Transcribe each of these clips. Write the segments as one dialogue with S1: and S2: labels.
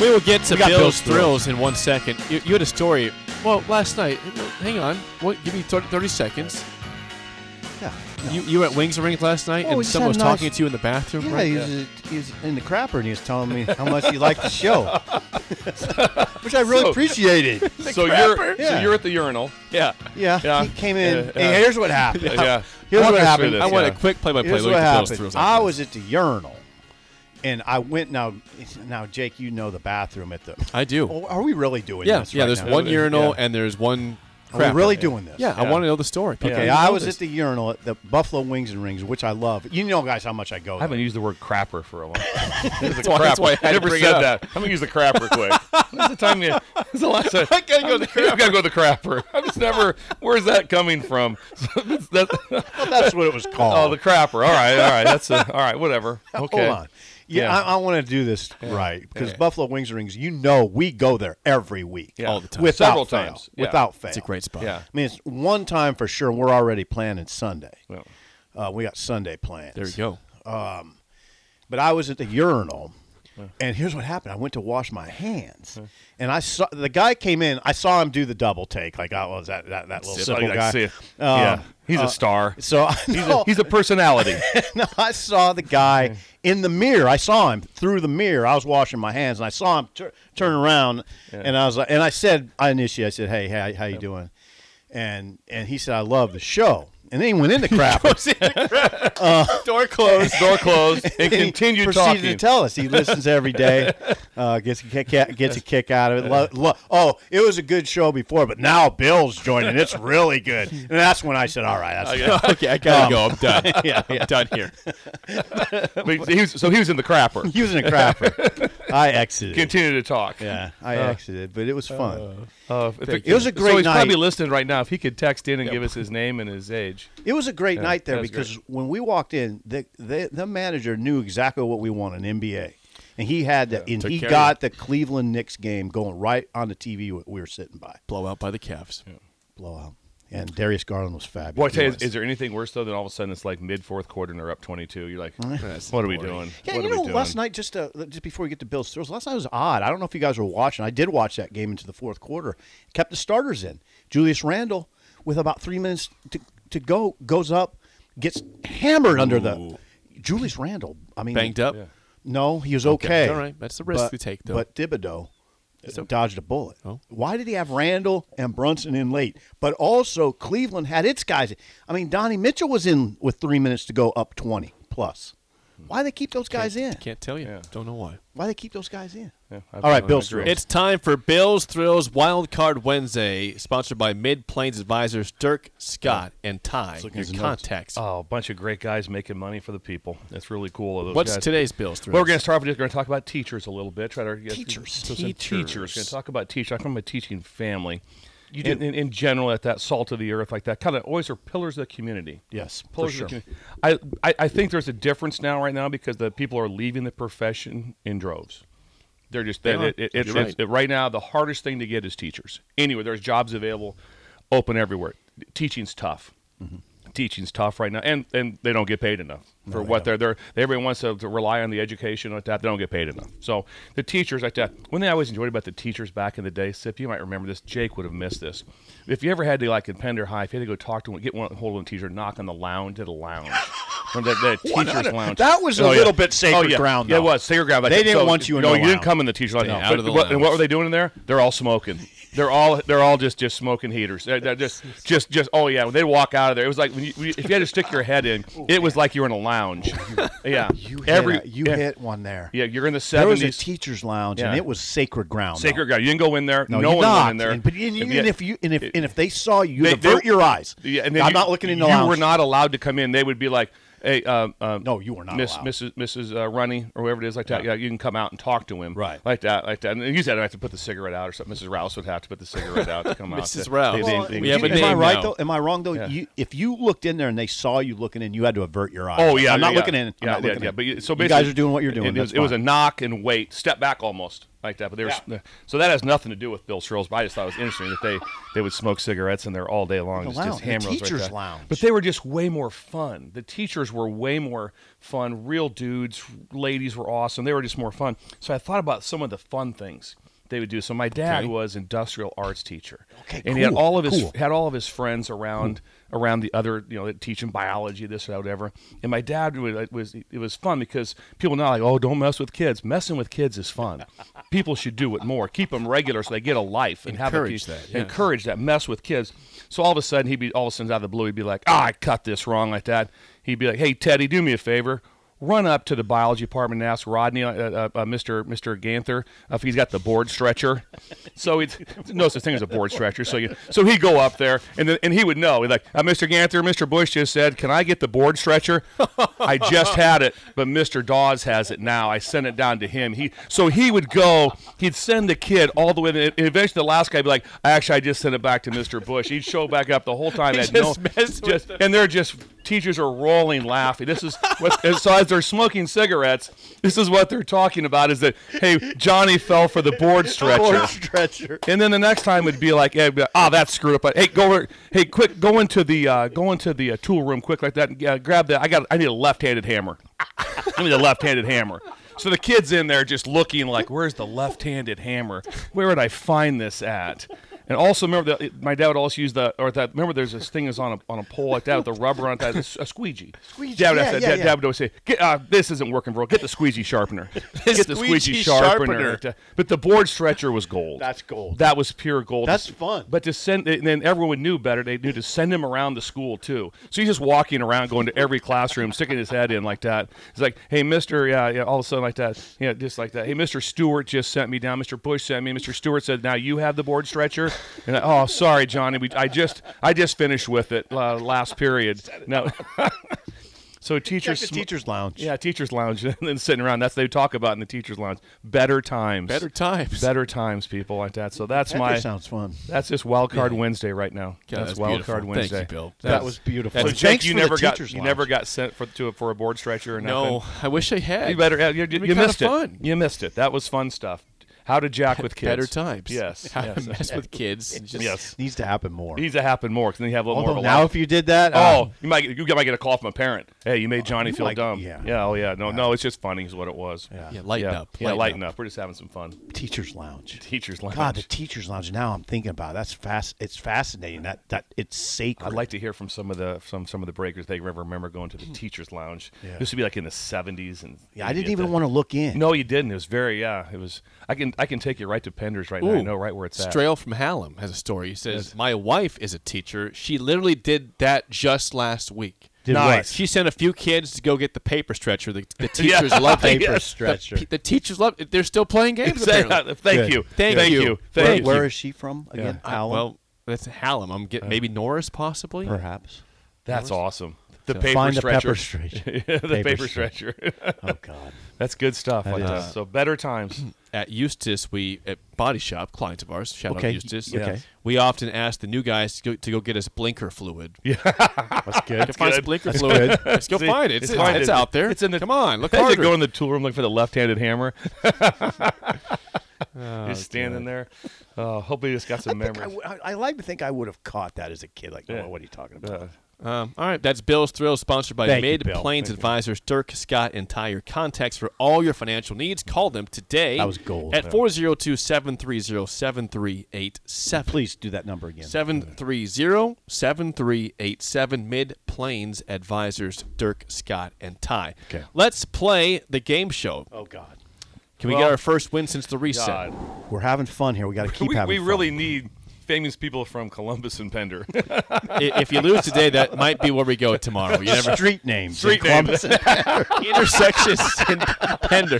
S1: We will get to
S2: We got
S1: Bill's,
S2: Bill's
S1: thrills in one second. You, you had a story. Well, last night. Hang on. What, give me 30, 30 seconds.
S3: Yeah.
S1: You, you were at Wings and Rings last night,
S3: Oh, we
S1: and
S3: just
S1: someone
S3: had
S1: was
S3: a nice-
S1: talking to you in the bathroom.
S3: Yeah,
S1: right?
S3: he was, he was in the crapper and he was telling me how much he liked the show, which I really
S2: So-
S3: appreciated.
S2: so you're
S3: crapper? Yeah.
S2: so you're at the urinal. Yeah.
S3: Yeah,
S2: Yeah.
S3: he came in.
S2: Yeah, yeah.
S3: Hey, here's what happened.
S2: Yeah.
S3: Here's
S2: Walk
S3: what
S2: us through
S3: happened.
S2: this,
S1: I want
S2: yeah.
S1: a quick play-by-play.
S3: Here's
S1: Look
S3: what
S1: at Bill's
S3: happened.
S1: thrills.
S3: I was at the urinal, and I went now. Now, Jake, you know the bathroom at the.
S1: I do.
S3: Oh, are we really doing
S1: yeah.
S3: this?
S1: yeah.
S3: right
S1: There's
S3: now?
S1: one
S2: Yeah.
S1: urinal and there's one.
S3: Are
S1: crapper.
S3: we really doing this?
S1: Yeah, I
S2: Yeah.
S1: want to know the story. People
S3: Okay,
S1: need to
S3: I
S1: know
S3: was
S1: this.
S3: at the urinal at the Buffalo Wings and Rings, which I love. You know, guys, how much I go.
S4: I haven't used the word crapper for a while.
S2: That's
S1: why- that's why I had to
S2: never
S1: bring it
S2: said
S1: up.
S2: that. I'm gonna use the crapper quick. When's the time you? It's the last time. I gotta go. to The crapper. I gotta go to the crapper. I'm just never. Where's that coming from? So it's- that-
S3: there. That's what it was
S2: oh,
S3: called.
S2: the crapper. All right, all right. That's a, all right. Whatever. Okay.
S3: Hold on. Yeah,
S2: Yeah.
S3: I, I want to do this right because
S2: Yeah.
S3: Buffalo Wings and Rings. You know, we go there every week.
S2: Yeah. All the time.
S3: Without
S2: Several
S3: fail,
S2: times. Yeah.
S3: Without fail.
S1: It's a great spot.
S2: Yeah.
S3: I mean, it's one time for sure. We're already planning Sunday.
S2: Well,
S3: Uh, we got Sunday plans.
S1: There you go.
S3: But I was at the urinal, and here's what happened. I went to wash my hands, and I saw the guy came in. I saw him do the double take. Like I was that that, that little
S2: Zip,
S3: simple
S2: like,
S3: guy.
S2: zip.
S3: Um,
S2: yeah. He's a star.
S3: So I
S2: He's
S3: know-
S2: a, he's a personality.
S3: no, I saw the guy in the mirror. I saw him through the mirror. I was washing my hands, and I saw him tur- turn around, and I was like, and I said, I initiated. I said, "Hey, how, how you doing?" And and he said, "I love the show." And then he went into crap.
S2: Door closed. Door closed. And
S3: he
S2: continue
S3: proceeded
S2: talking.
S3: to tell us he listens every day, uh, gets a kick out, gets a kick out of it. Lo- lo- oh, it was a good show before, but now Bill's joining. It's really good, and that's when I said, "All right, that's
S2: Oh,
S1: okay, I gotta go. I'm done.
S3: yeah, yeah.
S1: I'm done here.
S2: But he was, so he was in the crapper.
S3: using a crapper." I exited.
S2: Continue to talk.
S3: Yeah, I exited, but it was fun.
S2: Uh, if
S3: It was a great
S2: So he's
S3: night.
S2: probably listening right now. If he could text in and give us his name and his age.
S3: It was a great night there
S2: that was great.
S3: because when we walked in, the, the the manager knew exactly what we wanted an NBA, and he had that, and
S1: took
S3: he
S1: care of
S3: got the Cleveland Knicks game going right on the TV we we were sitting by
S1: Blowout by the Cavs.
S3: blowout, and Darius Garland was fabulous.
S2: Boy, I tell you, is, is there anything worse though than all of a sudden it's like mid fourth quarter and they're up twenty two? You're like, what are we doing?
S3: yeah,
S2: what
S3: you
S2: are
S3: know,
S2: we doing?
S3: last night just uh, just before we get to Bill's thrills, last night was odd. I don't know if you guys were watching. I did watch that game into the fourth quarter. Kept the starters in. Julius Randle, with about three minutes to, to go, goes up, gets hammered under the. Julius Randle. I mean,
S1: Banged up.
S2: Yeah.
S3: No, he was okay.
S1: All right. That's the risk
S3: but,
S1: we take, though.
S3: But Thibodeau uh, dodged a bullet.
S1: Oh.
S3: Why did he have Randall and Brunson in late? But also, Cleveland had its guys. I mean, Donnie Mitchell was in with three minutes to go up 20 plus. Why they keep those guys in?
S1: Can't tell you. Don't know why.
S3: Why they keep those guys in?
S2: Yeah, I
S3: All right,
S2: I
S3: Bill
S2: agree.
S3: Stroh.
S1: It's time for Bill's Thrills Wild Card Wednesday, sponsored by Mid Plains Advisors Dirk Scott and Ty.
S3: looking
S1: Your
S3: at the notes.
S1: contacts.
S2: Oh, a bunch of great guys making money for the people. That's really cool. of Those
S1: What's
S2: guys.
S1: today's Bill's Thrills?
S2: Well, we're going to start off. We're going to talk about teachers a little bit. Try to get
S3: Teachers.
S2: so some
S1: Teachers.
S2: teachers. We're going to talk about teachers. I come from a teaching family. You in, in, in general, at that salt of the earth, like that, kind of always are pillars of the community.
S3: Yes, for
S2: pillars
S3: sure.
S2: of the community. I, I I think there's a difference now, right now, because the people are leaving the profession in droves. They're just they
S1: are.
S2: it, it, it's,
S1: You're right.
S2: it's- it- right now the hardest thing to get is teachers. Anyway, there's jobs available, open everywhere. Teaching's tough.
S3: Mm-hmm.
S2: Teaching's tough right now, and and they don't get paid enough for what they're they're everyone wants to, to rely on the education like that. They don't get paid enough. So the teachers like that. One thing I always enjoyed about the teachers back in the day, Sip, you might remember this. Jake would have missed this. If you ever had to like in Pender High, if you had to go talk to one, get one hold of a teacher, knock on the lounge at a lounge. Remember that, that teacher's lounge.
S3: that was a
S2: yeah.
S3: little bit sacred
S2: oh, yeah.
S3: ground,
S2: Yeah, it
S3: though.
S2: was sacred ground. Like,
S3: They didn't want you in
S2: No,
S3: the
S2: you didn't
S3: lounge.
S2: come in the teacher lounge.
S1: Yeah,
S2: no.
S1: out
S2: But
S1: of the
S2: what- and what
S1: lounge.
S2: were they doing in there? They're all smoking. They're all they're all just just smoking heaters. They're, they're just just just oh yeah. When they walk out of there, it was like when you, when you- if you had to stick your head in, it was like you were in a lounge. yeah,
S3: You hit,
S2: every
S3: a- you
S2: yeah,
S3: hit one there.
S2: yeah. You're in the
S3: there was a
S2: seventies.
S3: teacher's lounge, and
S2: Yeah.
S3: it was sacred ground. though.
S2: Sacred ground. You didn't go in there.
S3: No,
S2: No,
S3: you
S2: one
S3: knocked,
S2: went in there.
S3: And, but even,
S2: Yeah.
S3: if you and if and if they saw you,
S2: They-
S3: divert
S2: they-
S3: your eyes.
S2: Yeah, and then
S3: I'm
S2: you-
S3: not looking in the
S2: You
S3: lounge.
S2: were not allowed to come in. They would be like, "Hey, um, um,
S3: No, you were not
S2: Miss,
S3: allowed.
S2: Mrs. Mrs. Uh, Runny or whoever it is, like that. Yeah. you can come out and talk to him,
S3: Right.
S2: Like that, like that. And usually I'd have to put the cigarette out or something. Mrs. Rouse would have to put the cigarette out to come out.
S1: Mrs.
S2: to-
S1: Rouse.
S2: they- they-
S3: Well,
S2: they-
S1: We have
S3: you-
S1: a
S3: am I
S1: name
S3: right
S1: now.
S3: though? Am I wrong though?
S2: Yeah.
S3: You, if you looked in there and they saw you looking in, you had to avert your eyes.
S2: Oh yeah,
S3: I'm not
S2: yeah.
S3: looking in. I'm
S2: Yeah,
S3: not
S2: yeah,
S3: looking
S2: yeah.
S3: in.
S2: But you- so
S3: you
S2: basically,
S3: guys are doing what you're doing.
S2: It, was,
S3: That's
S2: it was a
S3: fine.
S2: knock and wait, step back almost. like that. But there's so that has nothing to do with Bill Strills. But I just thought it was interesting that they they would smoke cigarettes in there all day long.
S3: The
S2: just, just
S3: lounge, the
S2: hammer those right
S3: teachers'
S2: there.
S3: lounge.
S2: But they were just way more fun. The teachers were way more fun. Real dudes, ladies were awesome. They were just more fun. So I thought about some of the fun things they would do. So my dad was industrial arts teacher.
S3: Okay,
S2: and he had
S3: cool,
S2: all of his
S3: cool.
S2: had all of his friends around around the other you know that teach him biology this or that, whatever and my dad was, it was it was fun because people now like oh don't mess with kids messing with kids is fun people should do it more keep them regular so they get a life and
S1: Encourage
S2: have a,
S1: that, yeah.
S2: encourage that mess with kids so all of a sudden he'd be all of a sudden out of the blue he'd be like ah I cut this wrong like that he'd be like hey Teddy do me a favor run up to the biology department and ask Rodney, uh, uh, uh, Mr. Mr. Ganther, if he's got the board stretcher. So it's no such thing as a board stretcher. So you, so he'd go up there and then, and he would know. He'd like, uh, Mr. Ganther, Mr. Bush just said, can I get the board stretcher? I just had it, but Mr. Dawes has it now. I sent it down to him. He so he would go. He'd send the kid all the way. And eventually, the last guy'd be like, actually, I just sent it back to Mr. Bush. He'd show back up the whole time. had
S1: just
S2: no,
S1: messed with
S2: just- and they're just teachers are rolling laughing. This is what, and so as they're smoking cigarettes, this is what they're talking about is that hey, Johnny fell for the board
S3: Board
S2: stretcher.
S3: stretcher.
S2: And then the next time would be like, yeah, it'd be like, ah, that's screwed up. Hey, go, over- hey, quick, go into the uh, go into the uh, tool room quick like that. And, uh, grab that. I got, I need a left-handed hammer. I need a left-handed hammer. So the kid's in there just looking like, where's the left-handed hammer? Where would I find this at? And also remember that it- my dad would also use the or that remember there's this thing is on a on a pole like that with the rubber on it that is a squeegee. Squeegee. Dad would,
S3: yeah,
S2: have to-
S3: yeah,
S2: dad-
S3: yeah.
S2: dad would always say, Get, uh, "This isn't working, bro. Get the squeegee sharpener. Get the squeegee,
S1: squeegee
S2: sharpener."
S1: sharpener.
S2: But the board stretcher was gold.
S3: That's gold.
S2: That was pure gold.
S3: That's fun.
S2: But to send, and then everyone knew better. They knew to send him around the school too. So he's just walking around, going to every classroom, sticking his head in like that. He's like, "Hey, Mister, yeah, yeah," all of a sudden like that, yeah, just like that. Hey, Mister Stewart just sent me down. Mister Bush sent me. Mister Stewart said, "Now you have the board stretcher." And I, oh, sorry, Johnny, we, I just, I just finished with it uh, last period. No. So
S3: Check
S2: teachers,
S3: the
S2: sm-
S3: teachers' lounge.
S2: yeah, teachers lounge, and then sitting around. That's what they talk about in the teachers lounge. Better times,
S1: Better times.
S2: better times, people like that. So that's
S3: that
S2: my
S3: sounds fun.
S2: that's just Wild Card Wednesday right now.
S1: Yeah,
S2: that's,
S1: that's
S2: Wild
S1: beautiful.
S2: Card
S1: Thank
S2: Wednesday.
S1: you, Bill.
S2: That's-
S3: That was beautiful.
S2: That's
S3: So
S2: Jake,
S3: thanks
S2: you
S3: for the
S2: never got
S3: teachers'
S2: you
S3: lounge.
S2: never got sent for to for a board stretcher or nothing.
S1: No, I wish I had.
S2: you better. yeah, You,
S1: It'd be
S2: you
S1: kinda
S2: missed
S1: fun.
S2: it. You missed it. That was fun stuff. How to jack with kids.
S1: Better times.
S2: Yes.
S1: How
S2: yes.
S1: to mess with kids. and just-
S2: Yes.
S3: Needs to happen more.
S2: Needs to happen more because then you have a little
S3: Although
S2: more of a
S3: now,
S2: laugh.
S3: if you did that, uh,
S2: Oh, you might get- you might get a call from a parent. Hey, you made Johnny feel
S3: might-
S2: dumb.
S3: yeah.
S2: Yeah. Oh yeah. No. No. It's just funny is what it was. Yeah.
S1: Yeah, lighten up.
S2: Yeah. Lighten,
S1: lighten up.
S2: up. We're just having some fun.
S3: teachers' lounge.
S2: Teachers lounge.
S3: God, the teachers' lounge. Now I'm thinking about it. that's fast. It's fascinating. That that it's sacred.
S2: I'd like to hear from some of the some some of the breakers they ever remember going to the teachers lounge. This would be like in the seventies and
S3: Yeah, I didn't even want to look in.
S2: No, you didn't. It was very yeah. It was. I can I can take you right to Penders right now. I
S1: Ooh.
S2: know right where it's at.
S1: Strail from Hallam has a story. He says, My wife is a teacher. She literally did that just last week.
S3: Did what? Nice.
S1: She sent a few kids to go get the paper stretcher. The, the teachers love
S3: paper
S1: The-
S3: stretcher.
S1: The, teachers love it. They're still playing games,
S2: Say-
S1: apparently.
S2: Thank you.
S1: Thank
S2: Thank
S1: you.
S2: you.
S3: Where-
S2: Thank
S3: where
S2: you. Uh,
S3: is she from again?
S1: I-
S3: Alan?
S1: Well, that's Hallam. I'm
S3: Uh,
S1: getting maybe Norris, possibly.
S3: perhaps.
S2: That's awesome. The paper
S3: Find the
S2: stretcher.
S3: pepper stretcher.
S2: the paper,
S3: Paper
S2: stretcher.
S3: oh God.
S2: That's good stuff. like
S3: is.
S2: that. So better times.
S1: at Eustis, we at Body Shop, clients of ours, shout
S3: Okay,
S1: out Eustis.
S3: okay.
S1: We often ask the new guys to go, to go get us blinker fluid. Yeah,
S3: That's good.
S1: find some blinker fluid. Let's go find it. It's,
S2: it's find
S1: it's
S2: it.
S1: out there.
S2: It's in the-
S1: Come on, look
S2: As you
S1: harder.
S2: go in the tool room looking for the left-handed hammer. Just standing there. Uh, hopefully, it's got some
S3: Oh, I, think I
S2: memories.
S3: w- I- I like to think I would have caught that as a kid. Like,
S2: Yeah.
S3: oh, what are you talking about?
S2: Uh,
S1: Um, all right, that's Bill's Thrill, sponsored by
S3: Thank you,
S1: Mid
S3: Bill.
S1: Plains Advisors, Dirk Scott, and Tire Contacts for all your financial needs. Call them today.
S3: That was gold.
S1: At 402 730 7387.
S3: Please do that number again.
S1: 730-7387 Mid Plains Advisors Dirk Scott and Ty.
S3: Okay.
S1: Let's play the game show.
S3: Oh God.
S1: Can we
S2: Well-
S1: get our first win since the reset?
S2: God.
S3: We're having fun here. We got to keep
S2: we,
S3: having
S2: we
S3: fun.
S2: really need famous people from Columbus and Pender.
S1: I- if you lose today, that might be where we go tomorrow. You never
S3: street names. in
S2: Street names.
S3: Columbus.
S1: intersections in Pender.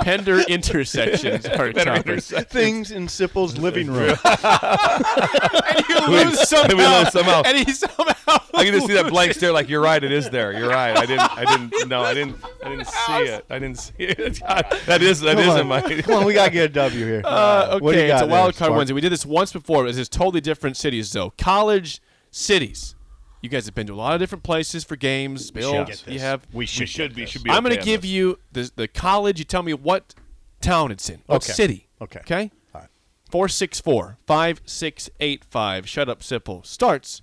S1: Pender intersections are
S2: Pender
S1: tough.
S2: intersections.
S3: Things in Sipple's living room.
S1: And you lose somehow.
S2: and we lose somehow.
S1: And he somehow.
S2: I can just see that blank stare. Like you're right, it is there. You're right. I didn't. I didn't. No, I didn't. I didn't see it. I didn't see it. God, that is. That
S3: Come
S2: is
S3: on.
S2: in my.
S3: Come on, we got to get a W here.
S1: Uh,
S3: What do you
S1: okay, it's
S3: got
S1: a wild
S3: there,
S1: card
S3: Spark?
S1: Wednesday. We did this once before. This is totally different cities, though. College cities. You guys have been to a lot of different places for games. Bill,
S3: get
S1: you
S3: this.
S1: have.
S2: We should, be. Should be.
S1: I'm going to
S2: okay on
S1: give
S2: this.
S1: you the, the college. You tell me what town it's in, what
S3: Okay.
S1: city.
S3: Okay.
S1: Okay.
S3: All right.
S1: 464 5685. Shut up, Sipple. Starts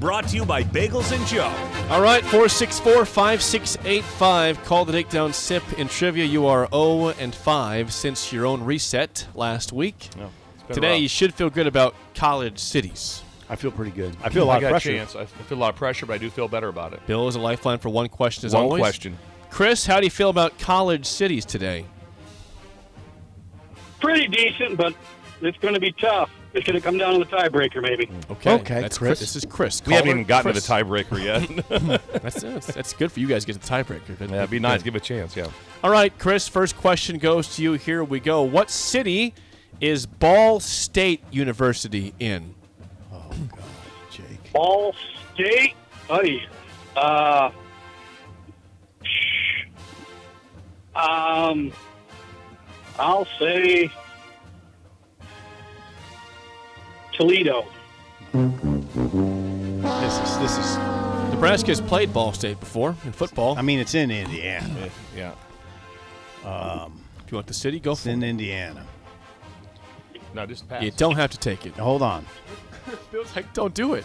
S5: Brought to you by Bagels and Joe.
S1: All right, 464 5685. Call the take down sip in trivia. You are 0 and 5 since your own reset last week.
S2: been
S1: Today,
S2: rough.
S1: you should feel good about college cities.
S3: I feel pretty good. I feel a lot
S2: I got
S3: of pressure.
S2: a chance. I f- I feel a lot of pressure, but I do feel better about it.
S1: Bill is a lifeline for one question as
S2: One
S1: always.
S2: question.
S1: Chris, how do you feel about college cities today?
S6: pretty decent, but it's going to be tough. It's going to come down to the tiebreaker, maybe.
S1: Okay,
S3: Okay,
S1: that's
S3: Chris.
S1: This is Chris.
S2: We haven't
S1: Caller
S2: even gotten
S1: Chris.
S2: to the tiebreaker yet.
S1: That's, that's, that's good for you guys to get the tiebreaker. That'd
S2: yeah, it'd be nice. Give it a chance. Yeah.
S1: All right, Chris, first question goes to you. Here we go. What city is Ball State University in?
S3: Jake.
S6: Ball State, buddy. Uh, shh. um, I'll say Toledo.
S1: This is this is Nebraska has played Ball State before in football.
S3: I mean, it's in Indiana.
S2: Yeah.
S1: if you want the city, go
S3: It's
S1: for
S3: in
S1: it.
S3: Indiana.
S2: No, just pass.
S1: You don't have to take it.
S3: Now, hold on.
S1: Bill's like, don't do it.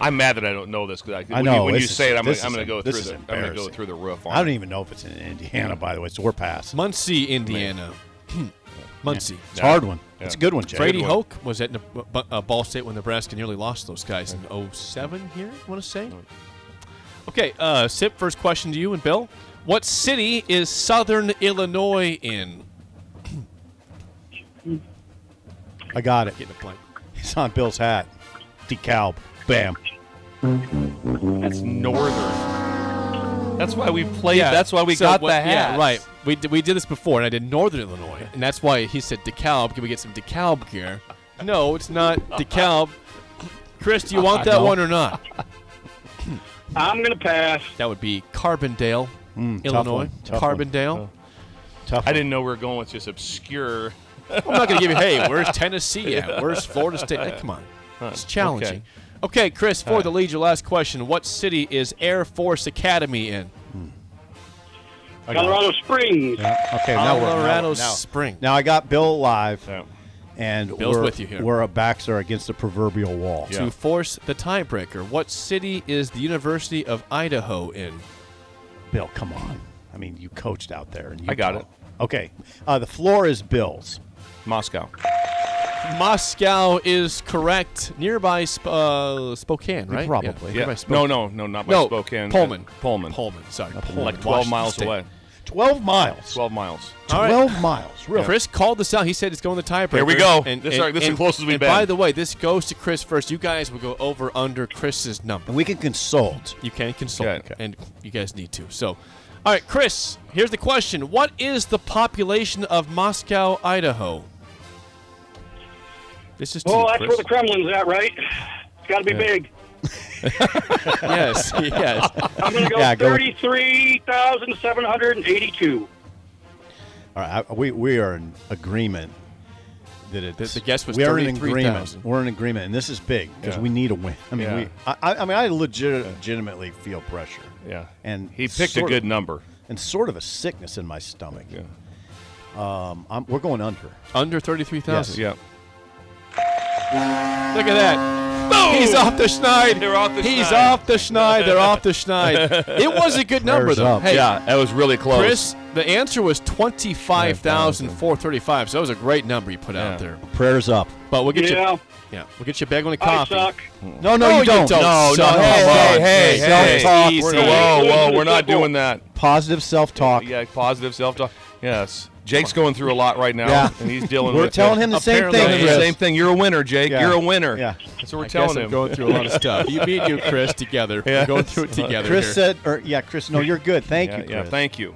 S2: I'm mad that I don't know this because I,
S3: I
S2: when
S3: know,
S2: you, when you
S3: this is-
S2: say it, I'm,
S3: this
S2: gonna- I'm
S3: is-
S2: going to go
S3: this
S2: through
S3: is
S2: the I'm going to go
S3: embarrassing.
S2: through the roof. On
S3: I don't
S2: it.
S3: even know if it's in Indiana, by the way. It's or pass.
S1: Muncie, Indiana. Hmm. Muncie.
S3: It's a hard one.
S2: Yeah.
S3: It's a good one, Jake.
S1: Brady
S2: one.
S1: Hoke was at Ne- Bu- uh, Ball State when Nebraska nearly lost those guys in 07 here, I want to say. Okay, uh, Sip, first question to you and Bill. What city is Southern Illinois in?
S3: I got it.
S1: Getting a blank.
S3: It's on Bill's hat. Decal. Bam.
S2: That's northern. That's why we played. that's why we
S1: so
S2: got
S1: what-
S2: the hat.
S1: Yeah, right. We did, we did this before, and I did Northern Illinois, and that's why he said DeKalb. Can we get some DeKalb here? No, it's not DeKalb. Chris, do you want that one or not?
S6: I'm going to pass.
S1: That would be Carbondale,
S3: Hmm, tough
S1: Illinois.
S3: one, tough one.
S1: Carbondale.
S3: Tough.
S2: I didn't know we were going with just obscure.
S1: I'm not going to give you, hey, where's Tennessee at? Where's Florida State? Hey, come on. It's challenging. Okay, Chris, for the lead, your last question. What city is Air Force Academy in?
S6: Colorado Springs.
S3: Yeah. Okay, now we're
S1: Colorado
S3: now, now,
S1: Spring.
S3: now I got Bill live,
S2: Yeah.
S3: and
S1: Bill's
S3: we're,
S1: with you here.
S3: We're a backs are against the proverbial wall.
S1: to force the tiebreaker, what city is the University of Idaho in?
S3: Bill, come on. I mean, you coached out there. And you
S2: I got it.
S3: Okay, uh, the floor is Bill's.
S2: Moscow.
S1: Moscow is correct. Nearby Sp- uh, Spokane, right?
S3: Probably.
S1: Yeah.
S2: Yeah.
S1: Nearby
S2: No,
S1: Spokane.
S2: no, no, not by
S1: No,
S2: Spokane. uh,
S1: Pullman.
S2: Pullman.
S1: Pullman. Sorry. Pullman.
S2: Like
S1: Washington
S2: 12 miles
S1: State.
S2: away.
S3: Twelve miles.
S2: Twelve miles.
S1: All right.
S3: Twelve miles. Really?
S1: Chris called this out. He said it's going to tiebreaker.
S2: Here we go. This are- this is the closest we've
S1: and
S2: been.
S1: By the way, this goes to Chris first. You guys will go over under Chris's number.
S3: And we can consult.
S1: You can consult,
S2: Yeah, okay.
S1: and you guys need to. So, all right, Chris. Here's the question: What is the population of Moscow, Idaho? This is to
S6: Oh,
S1: you,
S6: that's
S1: Chris.
S6: where the Kremlin's at, right? It's got to be big.
S1: yes, yes.
S6: I'm going to go
S3: Yeah, go with-
S6: 33,782.
S3: All right, I, we we are in agreement that it's
S1: The- the guess was
S3: we are in
S1: 33,000.
S3: agreement. We're in agreement, and this is big because we need a win. I mean,
S2: Yeah.
S3: we I, I I mean I legit, legitimately feel pressure.
S2: Yeah.
S3: and
S2: He picked a
S3: sort of-
S2: good number.
S3: and sort of a sickness in my stomach.
S2: Yeah.
S3: Um, I'm, we're going under.
S1: Under thirty-three thousand.
S2: Yeah.
S1: Look at that. He's off the schneid.
S2: They're off the
S1: He's
S2: schneid.
S1: off the schneid. They're off the schneid. It was a good number
S3: Prayers
S1: though.
S3: up.
S1: Hey,
S2: Yeah. That was really close.
S1: Chris, the answer was 25,435. So that was a great number you put
S2: Yeah.
S1: out there.
S3: Prayers up.
S1: But we'll get
S6: Yeah.
S1: you Yeah, we'll get you a bag on a
S6: I
S1: coffee.
S6: suck.
S3: No, no,
S1: Oh,
S3: you don't.
S1: No,
S3: Self-
S1: no,
S3: Hey,
S1: come on.
S2: hey, hey, hey,
S3: self-talk.
S1: easy.
S2: We're-
S1: Easy.
S2: whoa, whoa, we're not doing that.
S3: Positive self-talk.
S2: Yeah, positive self-talk. Yes. Jake's going through a lot right now,
S3: Yeah.
S2: and he's dealing
S3: We're
S2: with
S3: telling him the same
S1: Apparently
S3: thing.
S1: the
S3: Chris.
S2: same thing. You're a winner, Jake.
S3: Yeah.
S2: You're a winner.
S3: Yeah.
S2: That's what we're
S1: Guess
S2: telling
S1: I'm
S2: him.
S1: going through a lot of stuff. You, me, and you, Chris, together. We're
S2: Yeah.
S1: going through it together.
S3: Chris
S1: here.
S3: said, or yeah, Chris. No, you're good. Thank
S2: yeah,
S3: you, Chris.
S2: yeah, thank you.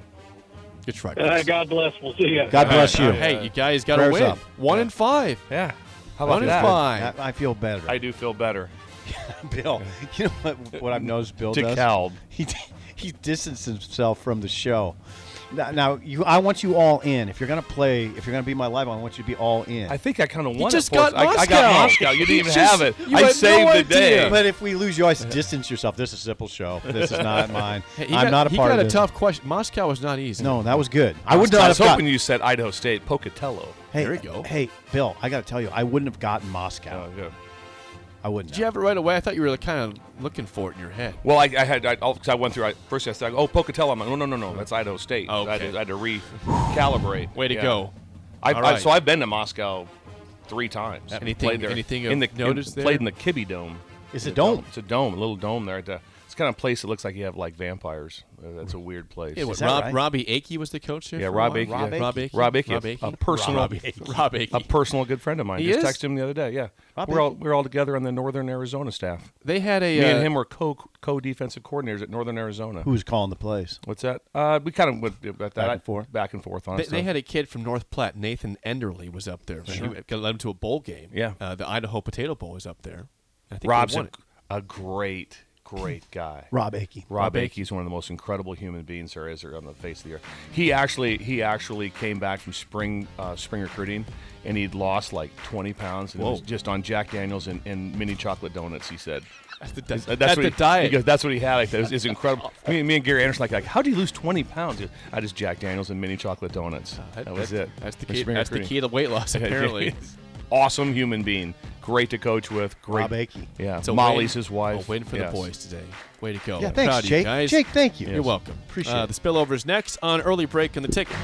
S1: "Good try,
S6: Uh,
S1: Chris."
S6: God bless. We'll see you.
S3: God bless you.
S1: Hey, you guys got to
S3: Prayers
S1: win.
S3: up.
S1: One in five.
S2: Yeah.
S3: How
S1: about that?
S3: I, I feel better.
S2: I do feel better.
S3: Bill, you know what, what I've noticed Bill
S2: To
S3: does?
S2: Calb.
S3: He, he distanced himself from the show. Now, now you, I want you all in. If you're going to play, if you're going to be my live, I want you to be all in.
S2: I think I kind of won. it
S1: just
S2: for us.
S1: got
S2: I, I got
S1: Moscow.
S2: Moscow. You didn't even
S1: Just-
S2: have it.
S1: you
S2: I
S1: had no
S2: saved the
S1: idea.
S2: day.
S3: but if we lose, you always distance yourself. This is Zipple's show. This is not mine.
S1: Hey, he
S3: I'm
S1: got-
S3: not a
S1: he
S3: part
S1: got
S3: of
S1: a
S3: this.
S1: tough question. Moscow was not easy.
S3: No, that was good. I would not
S2: I was
S3: have
S2: hoping
S3: gotten.
S2: you said Idaho State Pocatello.
S3: hey,
S1: There you go.
S3: Hey, Bill, I got to tell you, I wouldn't have gotten Moscow.
S2: Oh, yeah.
S3: I wouldn't.
S1: Did you
S3: have.
S1: have it right away? I thought you were kind of looking for it in your head.
S2: Well, I, I had I, all- cause I went through. I, first I said, "Oh, Pocatello." I'm like, "No, no, no, no, that's Idaho State."
S1: Oh, Okay.
S2: I, had to, I had to recalibrate.
S1: Way to
S2: Yeah.
S1: go.
S2: I,
S1: All
S2: I-
S1: right.
S2: so I've been to Moscow three times.
S1: Anything-
S2: Played there.
S1: anything of
S2: in the
S1: notice
S2: in,
S1: there?
S2: Played in the Kibbe Dome.
S3: It's a
S2: The
S3: dome.
S2: It's a dome. A little dome there. At the, it's kind of place that looks like you have like vampires. Uh, that's a weird place.
S1: Yeah, what,
S3: that
S1: Rob,
S3: right?
S1: Robbie Akey was the coach here.
S2: Yeah,
S1: for a
S2: Rob
S1: while?
S2: Akey, yeah.
S1: Rob Akey.
S2: Rob Akey, a- a personal-
S1: Rob Akey. Rob Akey.
S2: a personal good friend of mine.
S1: He
S2: Just
S1: is?
S2: texted him the other day. Yeah,
S3: Rob
S2: we're all
S3: Hickey.
S2: we're all together on the Northern Arizona staff.
S1: They had a.
S2: Me and
S1: uh,
S2: him were co co defensive coordinators at Northern Arizona.
S3: Who was calling the plays?
S2: What's that? Uh, we kind of went about that
S3: Back and forth.
S2: back and forth on
S1: They,
S2: it,
S1: they
S2: so-
S1: had a kid from North Platte, Nathan Enderly, was up there. He got- led him to a bowl game.
S2: Yeah.
S1: Uh, the Idaho Potato Bowl was up there. I think they
S2: Rob's
S1: won
S2: a,
S1: it.
S2: a great, great guy.
S3: Rob Akey.
S2: Rob Akey is one of the most incredible human beings there is on the face of the earth. He actually he actually came back from spring uh, spring recruiting, and he'd lost like 20 pounds and it was just on Jack Daniels and, and mini chocolate donuts. He said.
S1: That's the, di-
S2: Uh,
S1: that's
S2: what
S1: the
S2: he,
S1: diet.
S2: He goes, that's what he had. Like that. It's, it's incredible. me, me and Gary Anderson like, like, how do you lose 20 pounds? He goes, I just Jack Daniels and mini chocolate donuts. That, was
S1: that's-
S2: it.
S1: Uh, That's the
S2: For
S1: key.
S2: spring
S1: That's the
S2: recruiting.
S1: key to weight loss, apparently.
S2: awesome human being. Great to coach with. Great.
S3: Rob Akey.
S2: Yeah.
S1: It's a
S2: Molly's
S1: win-
S2: his wife.
S1: A win for
S2: Yes.
S1: the boys today. Way to go.
S3: Yeah,
S1: I'm
S3: thanks,
S1: proud of you
S3: Jake.
S1: guys.
S3: Jake, thank you.
S1: You're
S3: Yes.
S1: welcome.
S3: Appreciate
S1: uh,
S3: it.
S1: The spillover is next on early break in the ticket.